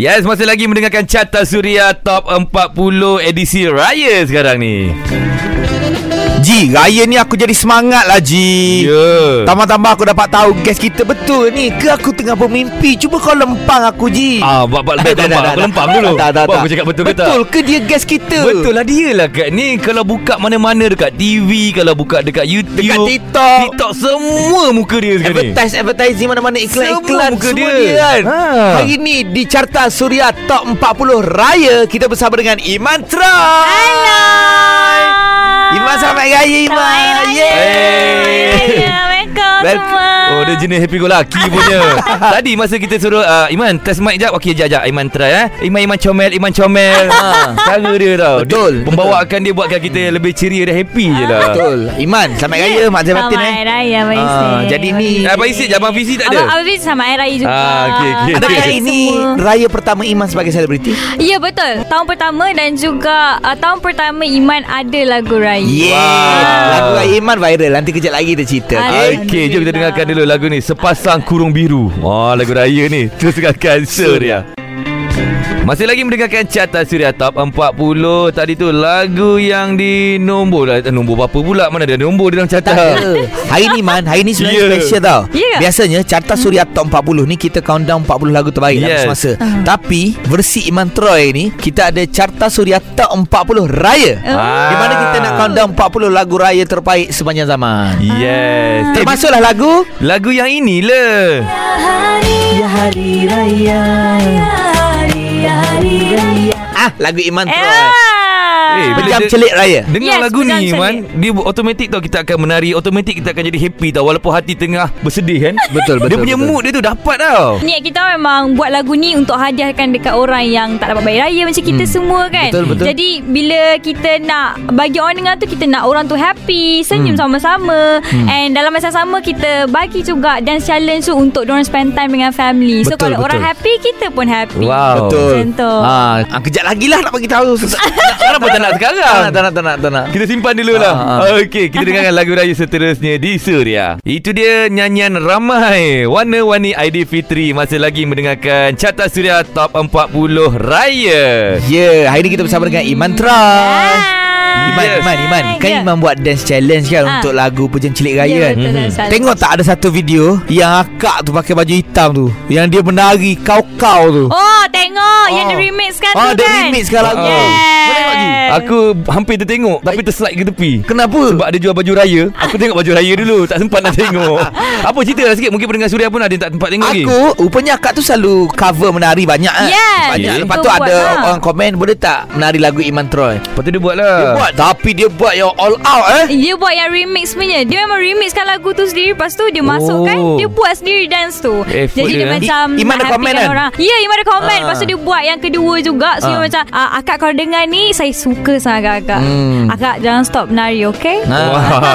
Yes, masih lagi mendengarkan Carta Suria Top 40 edisi Raya sekarang ni. Ji, raya ni aku jadi semangat lah Ji Ya. Tambah-tambah aku dapat tahu Guest kita betul ni Ke aku tengah bermimpi Cuba kau lempang aku Ji Ah, buat buat lebih Tak, lempang. tak, tak, Aku tak. lempang dulu. Tak, tak, Buat tak. aku cakap betul ke tak? Betul ke dia guest kita Betul lah dia lah kat ni Kalau buka mana-mana Dekat TV Kalau buka dekat YouTube Dekat TikTok. TikTok semua muka dia sekarang ni Advertise advertising mana-mana Semua iklan-iklan muka semua, dia. dia kan. Ha. Hari ni di Carta Suria Top 40 Raya kita bersama dengan Iman Tra. Hello. Iman selamat raya Iman. Eh. Hey. Assalamualaikum Wel- semua Oh dia jenis happy go lucky punya Tadi masa kita suruh uh, Iman test mic jap Okey jap jap Iman try eh Iman Iman comel Iman comel ha, Cara dia tau Ah. Betul, dia, Pembawaan dia buatkan kita Lebih ceria dan happy je lah Betul. Iman selamat raya Mak Zain Batin eh. Selamat Raya Abang Ah, Isi jadi ni- Abang Isi je, Abang Fizi tak ada? Abang Fizi sama Air Raya juga Ah, okey, okey, Adakah okey. hari ini Semua. raya pertama Iman sebagai selebriti? Ya betul Tahun pertama dan juga uh, Tahun pertama Iman ada lagu Raya Yeah. Wow. Lagu raya Iman viral. Nanti kejap lagi kita cerita. Ah, Ada. Okey jom kita dengarkan dulu lagu ni Sepasang Kurung Biru Wah lagu raya ni Terus dengarkan Surya masih lagi mendengarkan Carta Suria Top 40 Tadi tu lagu yang di nombor lah. Eh, Nombor berapa pula Mana ada nombor di dalam carta Tak ada. Hari ni Man Hari ni sebenarnya Ya. yeah. special tau Ya. Biasanya Carta Suria Top 40 ni Kita countdown 40 lagu terbaik yes. Yes. Dalam semasa Tapi Versi Iman Troy ni Kita ada Carta Suria Top 40 Raya Ah. Di mana kita nak countdown 40 lagu raya terbaik Sepanjang Ya. zaman Yes Eh, Termasuklah lagu Lagu yang ini lah Ya hari raya Ya hari ya hari raya Ah lagu Iman Troy Eh, Eh bila Pejam dia- celik raya Dengar Yes, lagu ni betul, Man Dia bu- automatik tau Kita akan menari Automatik kita akan jadi happy tau Walaupun hati tengah bersedih kan Betul, Dia betul, punya betul. mood dia tu dapat tau Niat kita memang buat lagu ni untuk hadiahkan dekat orang yang tak dapat bayar raya macam kita hmm. semua kan. Betul, betul. Jadi bila kita nak bagi orang dengar tu kita nak orang tu happy, senyum hmm. sama-sama hmm. and dalam masa sama kita bagi juga dance challenge tu untuk orang spend time dengan family. so Betul, kalau orang betul. happy kita pun happy. Wow. Betul Macam tu. ah, ah, Kejap lagi lah nak bagi tahu Kenapa tak nak sekarang? Tak nak tak nak tak nak, tak nak. Kita simpan dulu lah Ah, Okey Kita dengarkan lagu raya seterusnya Di Suria Itu dia nyanyian ramai Warna-warni Aidilfitri Masih lagi mendengarkan Carta Suria Top 40 Raya Ya, hari ni kita bersama dengan Iman Troy. Iman, Yes. Iman, Iman. Kan Ah. Ya. Iman buat dance challenge kan Ha. untuk lagu Pejam Cilik Raya Ya, kan. betul, dance challenge. Tengok tak ada satu video yang akak tu pakai baju hitam tu. Yang dia menari kau-kau tu. Oh, tengok yang Ah. di remix kan Ah, dia tu kan. remix kan lagu. Oh. Kau tengok, Ji? Yes. Aku hampir tertengok Tapi terslide ke tepi Kenapa? Sebab ada jual baju raya Aku tengok baju raya dulu Tak sempat nak tengok Apa cerita lah sikit Mungkin pendengar Suria pun ada yang tak tempat tengok lagi Aku Rupanya akak tu selalu Cover menari banyak kan Banyak Yes, betul Lepas tu buat ada lah. Orang komen Boleh tak Menari lagu Iman Troy Lepas tu dia buat lah Dia buat Tapi dia buat yang all out eh Dia buat yang remix punya Dia memang remixkan lagu tu sendiri Lepas tu dia masukkan Oh. Dia buat sendiri dance tu Effort Jadi dia dia, eh. macam I- Iman ada nak komen happykan kan? orang. Ya Iman ada komen Ah. Lepas tu dia buat yang kedua juga So Ah. dia macam ah, Akak kalau dengar ni Saya suka sangat akak Hmm. Akak jangan stop menari okay Nah. Wow.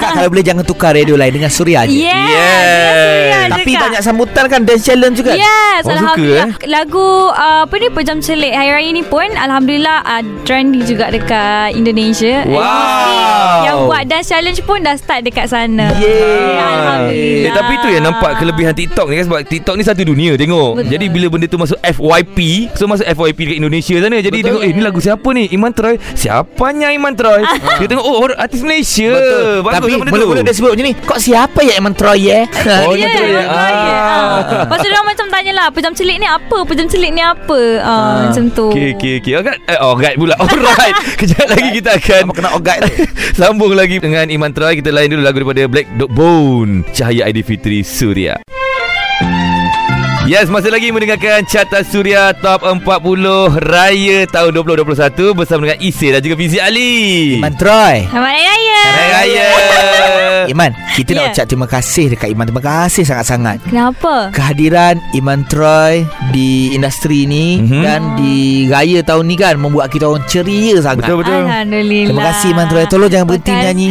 Akak kalau boleh jangan tukar radio lain Dengan Surya je Yes, Yes. yes. Tapi banyak sambutan kan Dance challenge juga Yes Orang Alhamdulillah eh? Lagu uh, Apa ni Pejam Celik Hari Raya ni pun Alhamdulillah uh, Trendy juga dekat Indonesia And Wow. mostly Yang buat dance challenge pun Dah start dekat sana Yeah. Alhamdulillah Eh, tapi tu yang nampak kelebihan TikTok ni kan sebab TikTok ni satu dunia tengok. Betul. Jadi bila benda tu masuk FYP, so masuk FYP dekat Indonesia sana. Jadi Betul. tengok eh ni lagu siapa ni? Iman Troy. Siapanya Iman Troy? Dia tengok oh orang artis Malaysia. Bagus Eh, Tapi kan benda tu. mula-mula dia sebut macam ni Kok siapa yang Iman Troy eh Oh, Ya, Iman Troy. yeah, Ah. ah. Lepas tu dia orang macam tanya lah Pejam celik ni apa Pejam celik ni apa ah, Macam tu Okey okey okey. Alright. Eh, alright pula. Alright. Kejap lagi kita akan Apa kena ogat tu sambung lagi dengan Iman Troy. Kita lain dulu lagu daripada Black Dog Bone. Cahaya Aidilfitri Suria. Yes, masih lagi mendengarkan Carta Suria Top 40 Raya tahun 2021 bersama dengan Isi dan juga Fizi Ali. Iman Troy Selamat Hari Raya Hari Raya. Eh. Iman Kita nak Ya. ucap terima kasih Dekat Iman Terima kasih sangat-sangat Kenapa Kehadiran Iman Troy Di industri ni Mhm. Dan di Raya tahun ni kan Membuat kita orang ceria sangat Betul betul. Alhamdulillah Terima kasih Iman Troy Tolong jangan berhenti Terima nyanyi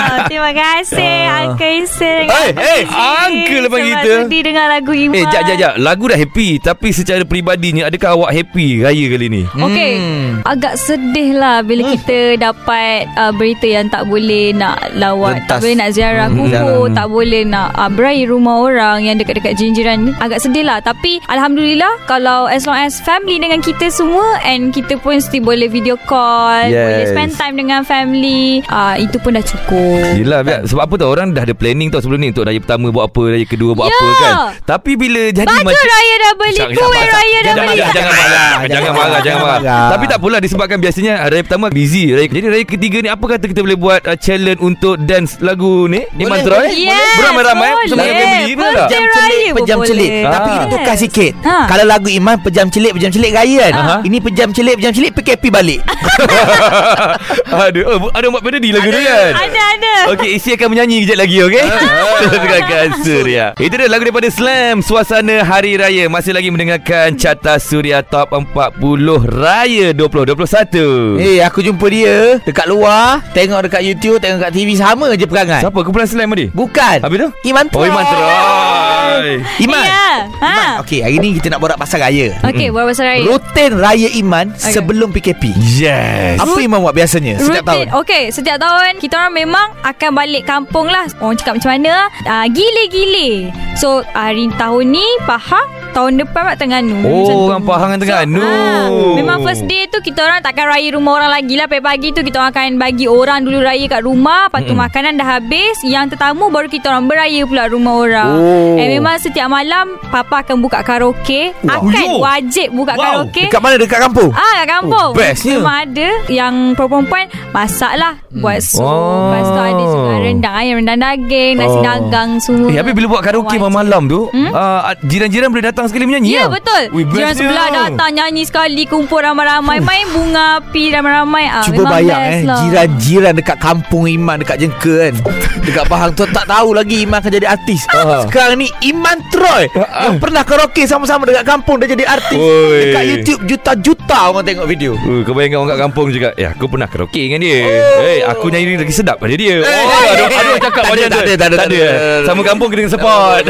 Wow, terima kasih Ah. Uncle Isel Eh, eh, uncle lah panggil kita. Sebab sedih dengar lagu Iman Eh, jap, jap, jap. Lagu dah happy. Tapi secara peribadinya, adakah awak happy raya kali ni? Okay Hmm. Agak sedih lah Bila kita dapat uh, Berita yang tak boleh Nak lawat Rentas. Tak boleh nak ziarah Hmm, kubur ziarah. Tak boleh nak uh, Berai rumah orang Yang dekat-dekat jinjiran Agak sedih lah Tapi Alhamdulillah Kalau as long as Family dengan kita semua And kita pun Still boleh video call Yes. Boleh spend time dengan family uh, Itu pun dah cukup Yelah biar, Sebab apa tau Orang dah ada planning tau sebelum ni Untuk raya pertama buat apa Raya kedua buat Ya. apa kan Tapi bila jadi Baju macam raya dah beli Jangan- Kuih jangan- raya dah jangan beli marah, Jangan marah Jangan marah Jangan marah Tapi tak apalah Disebabkan biasanya Raya pertama busy raya, Jadi raya ketiga ni Apa kata kita boleh buat uh, Challenge untuk dance lagu ni Ni Boleh, mantra eh Yes, Beramai-ramai boleh. Semua family Betul tak Pejam raya pun Pejam boleh. celik Tapi Ah. kita tukar Yes. sikit Ha. Kalau lagu Iman Pejam celik Pejam celik raya kan Aha. Ini pejam celik Pejam celik PKP balik Ada oh, Ada buat parody lagu tu kan Ada Ah. ada Okey, Isi akan menyanyi kejap lagi, okey? Dengarkan Surya. Itu dia lagu daripada Slam, Suasana Hari Raya. Masih lagi mendengarkan Carta Surya Top 40 Raya 2021. Eh hey, aku jumpa dia Dekat luar Tengok dekat YouTube Tengok dekat TV Sama je perangai Siapa? Kumpulan Slam tadi? Bukan Habis tu? Iman Oh, Iman Troy. Iman Ya ha. Iman Okey hari ni kita nak borak pasal raya Okay Hmm. buat pasal raya Rutin raya Iman Okay. Sebelum PKP Yes. Apa Iman buat biasanya Setiap tahun Rutin. Okey, setiap tahun kita orang memang akan balik kampung lah. Orang cakap macam mana? Uh, gile-gile. So, hari tahun ni Pahang, tahun depan pula Terengganu. Oh, Macam tu. orang Pahang dengan Terengganu. ah, memang first day tu kita orang takkan raya rumah orang lagi lah. Pagi-pagi tu kita orang akan bagi orang dulu raya kat rumah, lepas Hmm. tu makanan dah habis, yang tetamu baru kita orang beraya pula rumah orang. Oh. Eh memang setiap malam papa akan buka karaoke, Wah. akan Yo. wajib buka Wow. karaoke. Dekat mana dekat kampung Ah kat kampung Oh, bestnya. Memang ada Yang perempuan-perempuan Masak lah Buat sup Oh. Lepas tu ada juga rendang ayam Rendang daging Nasi Oh. dagang semua Eh, habis bila buat karaoke Wajib. malam-malam tu, hmm? uh, jiran-jiran boleh datang sekali menyanyi Ya yeah, lah. betul Ui, Jiran bestnya. sebelah datang Nyanyi sekali Kumpul ramai-ramai Main bunga api Ramai-ramai ah, Cuba memang bayang best eh lah. Jiran-jiran dekat kampung Iman Dekat Jengka kan Dekat Pahang tu Tak tahu lagi Iman akan jadi artis Ah. Sekarang ni Iman Troy Yang pernah karaoke sama-sama Dekat kampung Dia jadi artis Oi. Dekat YouTube Juta-juta orang tengok video Uh, kau bayangkan orang kat kampung juga Eh aku pernah karaoke dengan dia oh. Eh aku nyanyi lagi sedap pada dia Eh, Oh aduh, aduh cakap tak ada, macam tak tu. ada, tak ada, tak ada. eh. Sama kampung kena support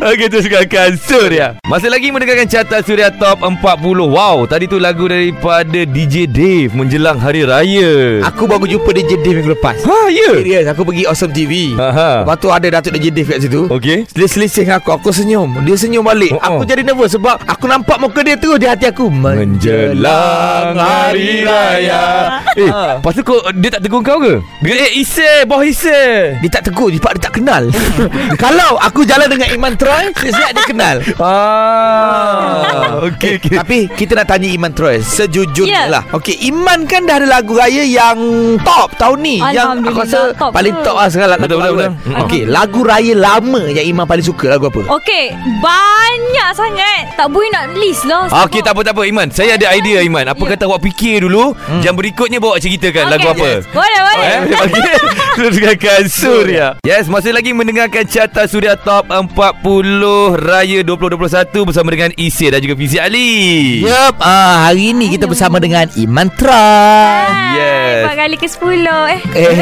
Okey terus dengarkan Surya Masih lagi mendengarkan carta Surya Top 40 Wow tadi tu lagu daripada DJ Dave Menjelang Hari Raya Aku baru jumpa DJ Dave minggu lepas Ha ya Serius Aku pergi Awesome TV Aha. Lepas tu ada Datuk DJ Dave kat situ Okey Selisih-selisih dengan aku Aku senyum Dia senyum balik Oh, oh. Aku jadi nervous Sebab aku nampak muka dia terus Di hati aku Menjelang Hari Raya Eh Lepas tu kau Dia tak tegur kau ke? Dia, Eh Isai Boh Isai Dia tak tegur Sebab dia tak kenal Kalau aku jalan dengan Iman Troy Siap-siap dia kenal Ah, okey okey. Tapi kita nak tanya Iman Troy Sejujurnya Ya. lah Okey Iman kan dah ada lagu raya yang top tahun ni Yang aku Alhamdulillah, rasa top paling ke? top lah sekarang Betul, lagu betul, Hmm. kan. betul. Okey lagu raya lama yang Iman paling suka lagu apa? Okey Banyak sangat Tak boleh nak list lah Ah, Okey tak apa tak apa Iman Saya ada idea Iman Apa Ya. kata awak fikir dulu Jam berikutnya bawa ceritakan Okey. lagu apa Yes. Boleh boleh Eh, okey. Terus dengarkan Surya Yes masih lagi mendengarkan Carta Surya Top 40 Raya 2021 Bersama dengan Isir dan juga Fizi Ali Ya. Yup ah, Hari ni kita bersama dengan Iman Troy Hai, Yes. Empat kali ke sepuluh Eh Eh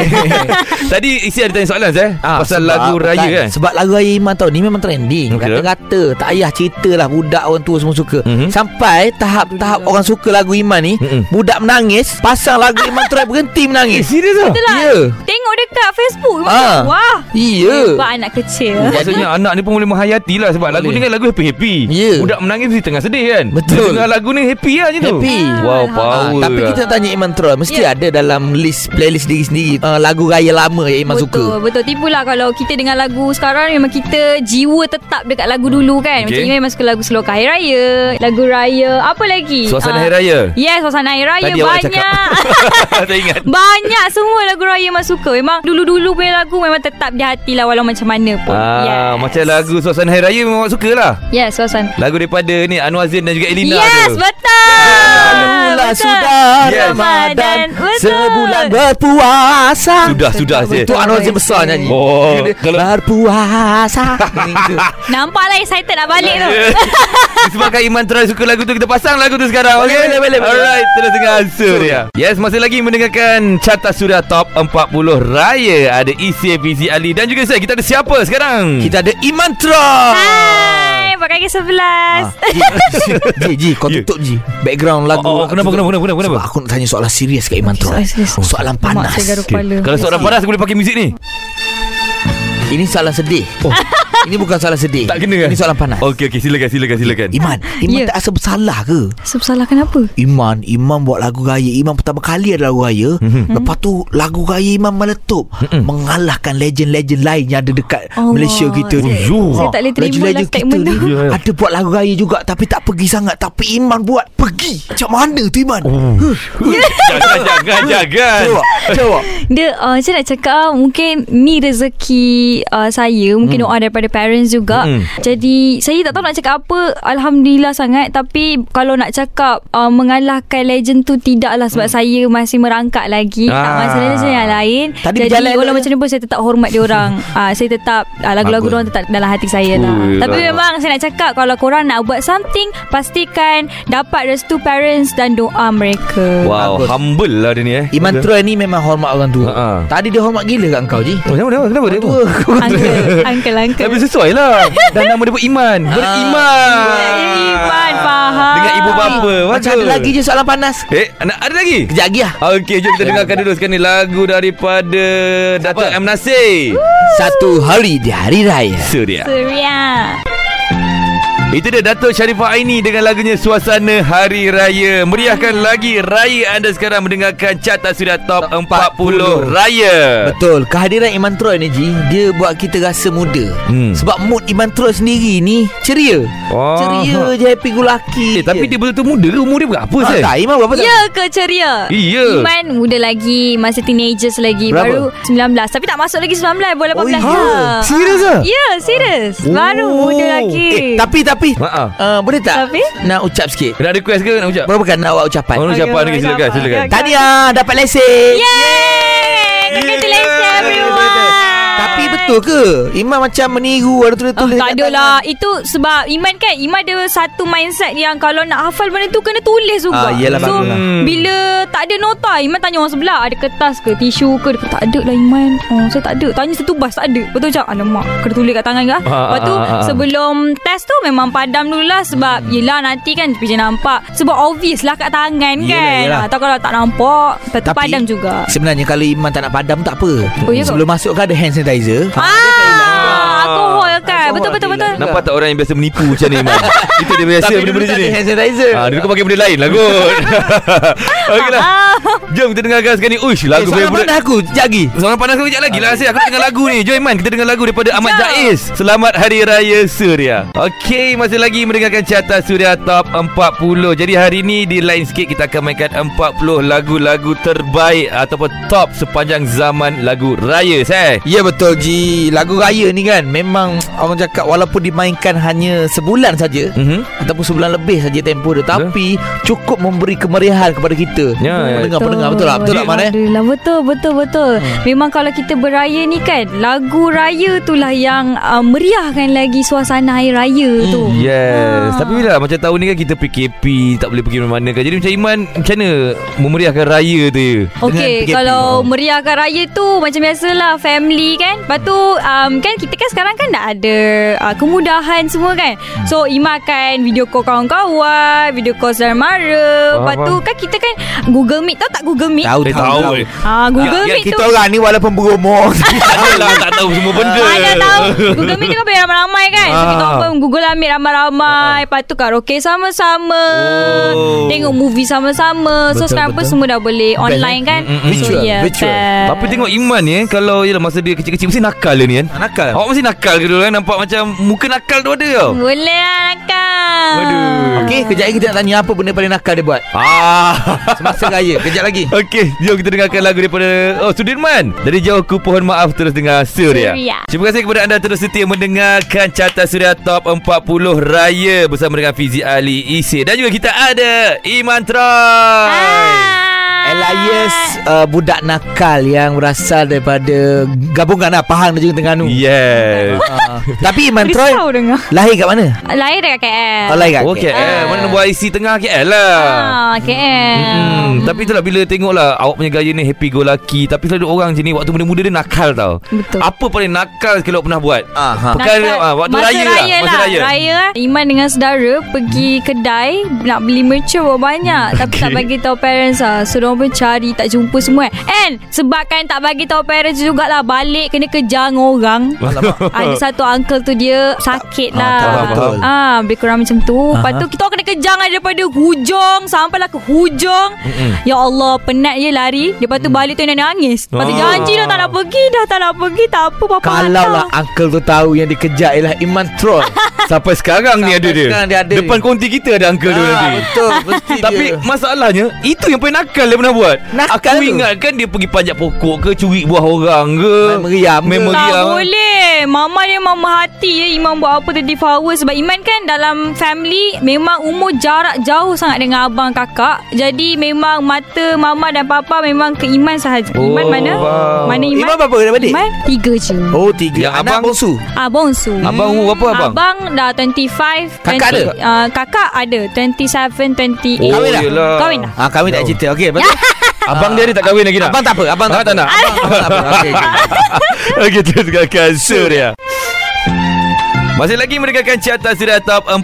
Tadi Isir ada tanya soalan saya Ah, Pasal sebab- lagu raya bukan. kan Sebab lagu raya Iman tahun ni memang trending Okey. Rata-rata Tak payah cerita lah Budak orang tua semua suka Mhm. Sampai tahap-tahap orang suka lagu Iman ni Mhm. Budak menangis Pasang lagu Iman Troy berhenti menangis Serius lah Itulah Ya Tengok dekat Facebook Ah. macam, Wah Ya Hebat anak kecil Maksudnya anak ni pun boleh menghayati lah Sebab lagu Boleh. ni kan lagu happy-happy Ya. Budak menangis mesti tengah sedih kan Betul. Dia dengar lagu ni happy lah macam tu Happy. Wow Ah, power Ah, tapi lah. kita nak tanya Iman Troy Mesti Ya. ada dalam list playlist diri sendiri uh, Lagu raya lama yang Iman suka Betul, betul. Tipulah kalau kita dengar lagu sekarang memang kita jiwa tetap dekat lagu dulu kan. Okey. Okay. Macam ni memang suka lagu Slow Hari Raya, lagu Raya, apa lagi? Suasana Ah, Hari Raya. Yes, Suasana Hari Raya Tadi awak dah cakap. banyak. tak ingat banyak semua lagu Raya memang suka. Memang dulu-dulu punya lagu memang tetap di hati lah walau macam mana pun. Ah, yes. Macam lagu Suasana Hari Raya memang awak suka lah Yes, Suasana. Lagu daripada ni Anwar Zain dan juga Elina yes, tu betul. Lalulah Betul. sudah Yes. Ramadan Betul. Sebulan berpuasa Sudah, sudah je Itu Anwar Zain besar nyanyi Oh, Dia- kalau- Hmm. Berpuasa Itu. Nampaklah excited nak balik tu. Yes. Sebabkan Iman Terai suka lagu tu Kita pasang lagu tu sekarang Okay Boleh, boleh, boleh, boleh. Alright Terus dengan Suria Yes masih lagi mendengarkan Carta Suria Top 40 Raya Ada E ECA PZ Ali Dan juga saya Kita ada siapa sekarang Kita ada Imantra Hai Pakai ke Ah. sebelas Ah. Ji, Ji, kau Ya. tutup Ji Background lagu Oh, oh, kenapa, Tutup. kenapa, kenapa, kenapa? Sebab aku nak tanya soalan serius kat Imantra Soalan serius. Soalan Mak saya panas garuk kepala Kalau seorang panas Aku boleh pakai muzik ni Ini soalan sedih Oh. Ini bukan soalan sedih Tak kena kan Ini soalan panas Okay okay silakan silakan silakan Iman Iman Ya. tak rasa bersalah ke? Sebab salah kenapa Iman Iman buat lagu raya Iman pertama kali ada lagu raya Mhm. mm-hmm. Lepas tu Lagu raya Iman meletup mm-hmm. Mengalahkan legend-legend lain Yang ada dekat Allah. Malaysia kita ni Oh, Saya- saya tak boleh terima Legend-legend lah statement kita tu. ni Ya, ya. Ada buat lagu raya juga Tapi tak pergi sangat Tapi Iman buat Pergi Macam mana tu Iman oh. Jangan jangan jangan Jawab Jawab Dia uh, Saya nak cakap ah, Mungkin ni rezeki uh, Saya Hmm. Mungkin doa daripada parents juga Mm. Jadi Saya tak tahu nak cakap apa Alhamdulillah sangat Tapi Kalau nak cakap uh, Mengalahkan legend tu Tidaklah Sebab Hmm. saya masih merangkak lagi Ah. ah. Masalahnya saya yang lain Tadi berjalan Jadi tu walau je. macam ni pun Saya tetap hormat diorang uh, Saya tetap uh, Lagu-lagu Bagus. diorang tetap Dalam hati saya lah Ui, Tapi lah. memang Saya nak cakap Kalau korang nak buat something Pastikan Dapat restu parents Dan doa mereka Wow Bagus. humble lah dia ni eh Iman Troy ni memang hormat orang tua Ha-ha. Tadi dia hormat gila kat kau Ji Oh, Kenapa kenapa kenapa dia Tua kau Uncle Uncle Uncle Tapi sesuai lah Dan nama dia pun Iman Ah. Beriman Iman, faham. Dengan ibu bapa Macam ada betul. lagi je soalan panas Eh nak, ada lagi Kejap lagi lah Okey, jom kita dengarkan dulu sekarang ni lagu daripada Dato' M. Nasir. Satu hari di hari raya Suria. Suria Itu dia Dato' Sharifah Aini dengan lagunya Suasana Hari Raya. Meriahkan lagi raya anda sekarang mendengarkan carta Suria Top 40 Raya. Betul Kehadiran Iman Troy ni Ji Dia buat kita rasa muda Hmm. hmm. Sebab mood Iman Troy sendiri ni Ceria Wah. Ceria je Happy go Eh, lucky tapi dia je. eh? betul-betul muda ke? Umur dia berapa, Ah, Sel? Tak Iman berapa tak Ya ke ceria? Iya. Iman muda lagi, masa teenagers lagi, Berapa? baru 19. Tapi tak masuk lagi 19, boleh 18. Oh, ya. Ah. Serius ah? Ya, serius. Oh. Baru muda lagi. eh, Tapi tapi Ha-ha. uh, Boleh tak Tapi? Nak ucap sikit Nak ha. request ke nak ucap? Berapa kan nak awak ucapan Oh, nak Okey, ucapan. boleh Okay, silakan, ucapan. silakan. Okey, okey. Tahniah Dapat lesen Yeay! Congratulations Yeah. everyone. Tapi betul ke Iman macam meniru Ada Oh, tulis-tulis tak kat adalah Itu sebab Iman kan Iman ada satu mindset Yang kalau nak hafal benda tu Kena tulis Ah, juga yelah, So baguslah. Hmm. bila tak ada nota Iman tanya orang sebelah Ada kertas ke Tisu ke Dia kata tak ada lah Iman oh, Saya tak ada Tanya satu bas tak ada Lepas tu macam Alamak Kena tulis kat tangan ke Ah, ah, Lepas tu ah, Hmm. ah. Sebelum test tu Memang padam dulu lah Sebab Yelah nanti kan Dia nampak Sebab obvious lah kat tangan Yelah, kan yelah. Ah, Atau kalau tak nampak Lepas tu Tapi- padam juga Sebenarnya kalau Iman tak nak padam tak apa Oh, ya ke? Sebelum masuk kan ada hand sanitizer Ah, alkohol Alkohol kan Betul betul dia betul hilang. Nampak tak orang yang biasa menipu macam ni, Iman? Itu dia biasa Tapi dulu benda-benda tak macam ada ni. hand sanitizer Ah, dulu kau pakai benda lain lah kot. Okeylah. Ah. Jom kita dengarkan sekarang ni. Uish, Eh, lagu soalan favorite. panas aku Sekejap lagi Seorang panas kau kejap lagi lah Asyik Aku dengar lagu ni Jom Iman Kita dengar lagu daripada Ahmad Jom. Jaiz Selamat Hari Raya Suria Okey Masih lagi mendengarkan Carta Suria Top 40 Jadi hari ni Di lain sikit Kita akan mainkan 40 lagu-lagu terbaik Ataupun top Sepanjang zaman lagu Raya Saya Ya betul Ji Lagu raya ni kan Memang orang cakap Walaupun dimainkan hanya sebulan saja Mhm. Ataupun sebulan lebih saja tempoh dia Tapi Cukup memberi kemeriahan kepada kita Ya, ya. Pendengar-pendengar Betul lah Betul tak Man eh Alhamdulillah betul betul betul. Hmm. Memang kalau kita beraya ni kan lagu raya itulah yang uh, meriahkan lagi suasana hari raya hmm. tu. ya. Yes Ah. Tapi bila lah, macam tahun ni kan Kita PKP Tak boleh pergi mana-mana kan Jadi macam Iman Macam mana Memeriahkan Raya tu ya Okey, PKP. kalau meriahkan raya tu macam biasalah family kan. Lepas tu um, kan kita kan sekarang kan dah ada uh, kemudahan semua kan. Hmm. So Ima kan video call kawan-kawan, video call saudara mara. Lepas Faham, tu faham. kan kita kan Google Meet tahu tak Google Meet? Tahu Eh, tahu, tahu, tahu. eh. Ah Google Ya, Meet tu Kita orang ni walaupun berumur Tak tahu lah Tak tahu semua benda Mana Ah, tahu Google Meet tu kan Biar ramai-ramai kan so, Kita Ah. open Google lah Meet ramai-ramai Ah. Lepas tu karaoke sama-sama Oh. Tengok movie sama-sama So Betul, sekarang pun betul. semua dah boleh Best, eh? Online kan Mm, mm, mm. So kan? Virtual, yeah, virtual. best. Tapi tengok Iman ni eh Kalau yelah, masa dia kecil-kecil Mesti nakal dia ni kan Nakal Awak mesti nakal ke dulu kan Nampak macam Muka nakal tu ada tau Boleh lah nakal Aduh. Okey kejap lagi kita nak tanya Apa benda paling nakal dia buat Ah. Semasa raya Kejap lagi Okey, jom kita dengarkan lagu daripada Oh Sudirman. Dari jauh ku pohon maaf terus dengar Suria. Suria. Terima kasih kepada anda terus setia mendengarkan carta Suria Top 40 Raya E Ah. bersama dengan Fizi Ali Isi dan juga kita ada Iman Troy. Hai. Elias uh, budak nakal yang berasal daripada gabungan lah Pahang dan juga Terengganu. Yeah. Yes Uh, tapi Iman Troy Risau dengar lahir kat mana? Lahir dekat KL Oh, lahir kat Oh KL Ah. Mana nombor IC tengah KL lah Ah, KL Hmm, tapi itulah bila tengoklah awak punya gaya ni happy go lucky tapi selalu orang je ni waktu muda-muda dia nakal tau. Betul. Apa paling nakal sekali awak pernah buat? Aha. Perkara Nakal- ah, waktu masa raya, raya lah, masa lah. raya. Raya lah. Iman dengan saudara pergi kedai nak beli mercur banyak tapi Okey. tak bagi tahu parents ah. So diorang pun cari tak jumpa semua. And sebabkan tak bagi tahu parents jugalah balik kena kejar dengan orang. Ah, Ada satu uncle tu dia sakit Ah, lah. tak faham, faham. Ah, lebih kurang macam tu. Lepas tu kita orang kena kejar dengan daripada hujung sampailah ke hujung. Mm-mm. Ya Allah, penat je lari. Lepas tu balik tu nenek nangis. Lepas tu Hmm. Ah. janji dah tak nak pergi, dah tak nak pergi, tak apa papa Kalau hantar. lah uncle tu tahu yang dikejar ialah Iman Troy. Ah, Sampai sekarang ni Sampai ada dia. sekarang dia ada. Depan konti kita ada uncle dia nanti. betul, mesti Tapi dia. masalahnya Itu yang paling nakal dia pernah buat Nakal Aku tu. ingatkan dia pergi panjat pokok ke Curi buah orang ke Main meriam ke? Main Tak meriam Tak boleh Mama dia mama hati ya Iman buat apa tadi Fawa Sebab Iman kan dalam family Memang umur jarak jauh sangat dengan abang kakak Jadi memang mata mama dan papa Memang ke Iman sahaja Oh, Iman mana? wow. Mana Iman? Iman berapa dia balik? Iman tiga je Oh tiga Yang Anak abang- bongsu Abang su Abang umur berapa abang? Abang dah 25 Kakak ada? Uh, kakak ada 27, 28 Oh Kahwin dah? yelah Kahwin dah. Ah kami tak cerita Okey betul Abang dia ni tak kahwin lagi nak Abang tak apa Abang Ah, tak nak. Abang, abang tak apa Okey okey Eh, Okey terus dengarkan Surya masih lagi mendengarkan carta Surya Top 40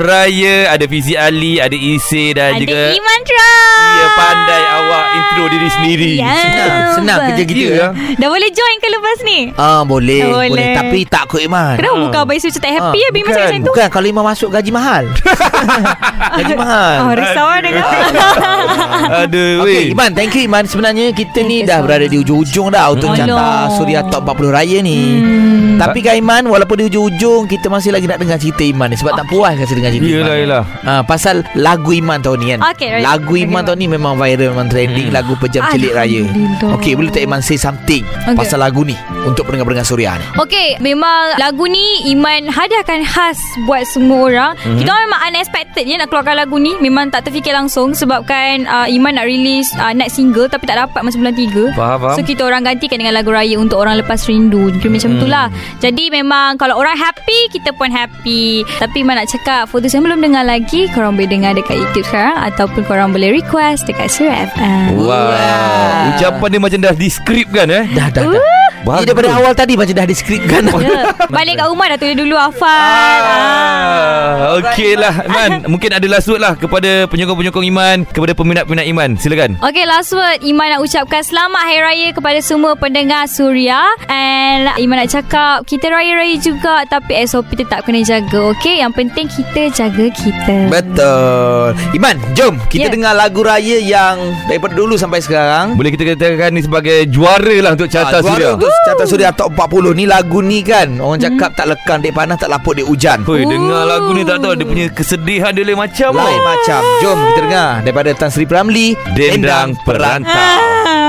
Raya Ada Fizi Ali Ada Isi Dan Adik juga Iman Tra Ya pandai awak intro diri sendiri Senang, senang kerja kita Ya. eh. Ya, Dah boleh join ke lepas ni? Ah boleh, Boleh. boleh Tapi tak kot Iman Kenapa Ah. muka abang Isu macam tak happy Ah, ah, Bimas bukan. macam tu? Bukan kalau Iman masuk gaji mahal Gaji Oh, mahal risau ah dengar. Aduh Okey okay, Iman thank you Iman Sebenarnya kita ni you dah so berada much. di ujung-ujung dah Untuk Hmm. carta Alah. Suria Top 40 Raya ni Hmm. Tapi kan Iman Walaupun di ujung-ujung Kita masih lagi nak dengar cerita Iman ni Sebab tak puas rasa dengar cerita Yelah Iman yelah Ah, pasal lagu Iman tahun ni kan Okey, right. Lagu Lagu Iman Iman. tahun ni memang viral Memang trending Hmm. Lagu Pejam Celik Raya Alhamdulillah. Okey boleh tak Iman say something Okey. Pasal lagu ni Untuk pendengar-pendengar Suria ni Okey, memang lagu ni Iman hadiahkan khas buat semua orang. Mm-hmm. Kita orang memang unexpected je nak keluarkan lagu ni. Memang tak terfikir langsung sebabkan uh, Iman nak release uh, next single tapi tak dapat masa bulan 3. Faham, faham. So kita orang gantikan dengan lagu raya untuk orang lepas rindu. Jadi mm. macam tu lah. Jadi memang kalau orang happy, kita pun happy. Tapi Iman nak cakap, foto saya belum dengar lagi. Korang boleh dengar dekat YouTube sekarang ataupun korang boleh request dekat Surah FM. Wow. Wow. Ucapan dia macam dah diskrip kan eh? Dah dah dah Ini daripada awal tadi Macam dah deskripkan Ya. Balik kat rumah dah tulis dulu hafal. Ah. Ah, Okey lah Iman Mungkin ada last word lah Kepada penyokong-penyokong Iman Kepada peminat-peminat Iman Silakan Okey, last word Iman nak ucapkan selamat Hari Raya kepada semua pendengar Suria and Iman nak cakap kita raya-raya juga tapi SOP tetap kena jaga. Okey, yang penting kita jaga kita. Betul Iman jom Kita Ya. dengar lagu raya yang Daripada dulu sampai sekarang Boleh kita katakan ni sebagai Juara lah untuk carta Ah, juara suria untuk Carta Suria Top 40 Ni lagu ni kan Orang Mm-hmm. cakap tak lekang Dek panas tak lapuk dek hujan Hoi, dengar Oh. lagu ni tak tahu Dia punya kesedihan dia lain macam Lain macam Jom kita dengar Daripada Tan Sri Pramli Dendang Perantau Ah.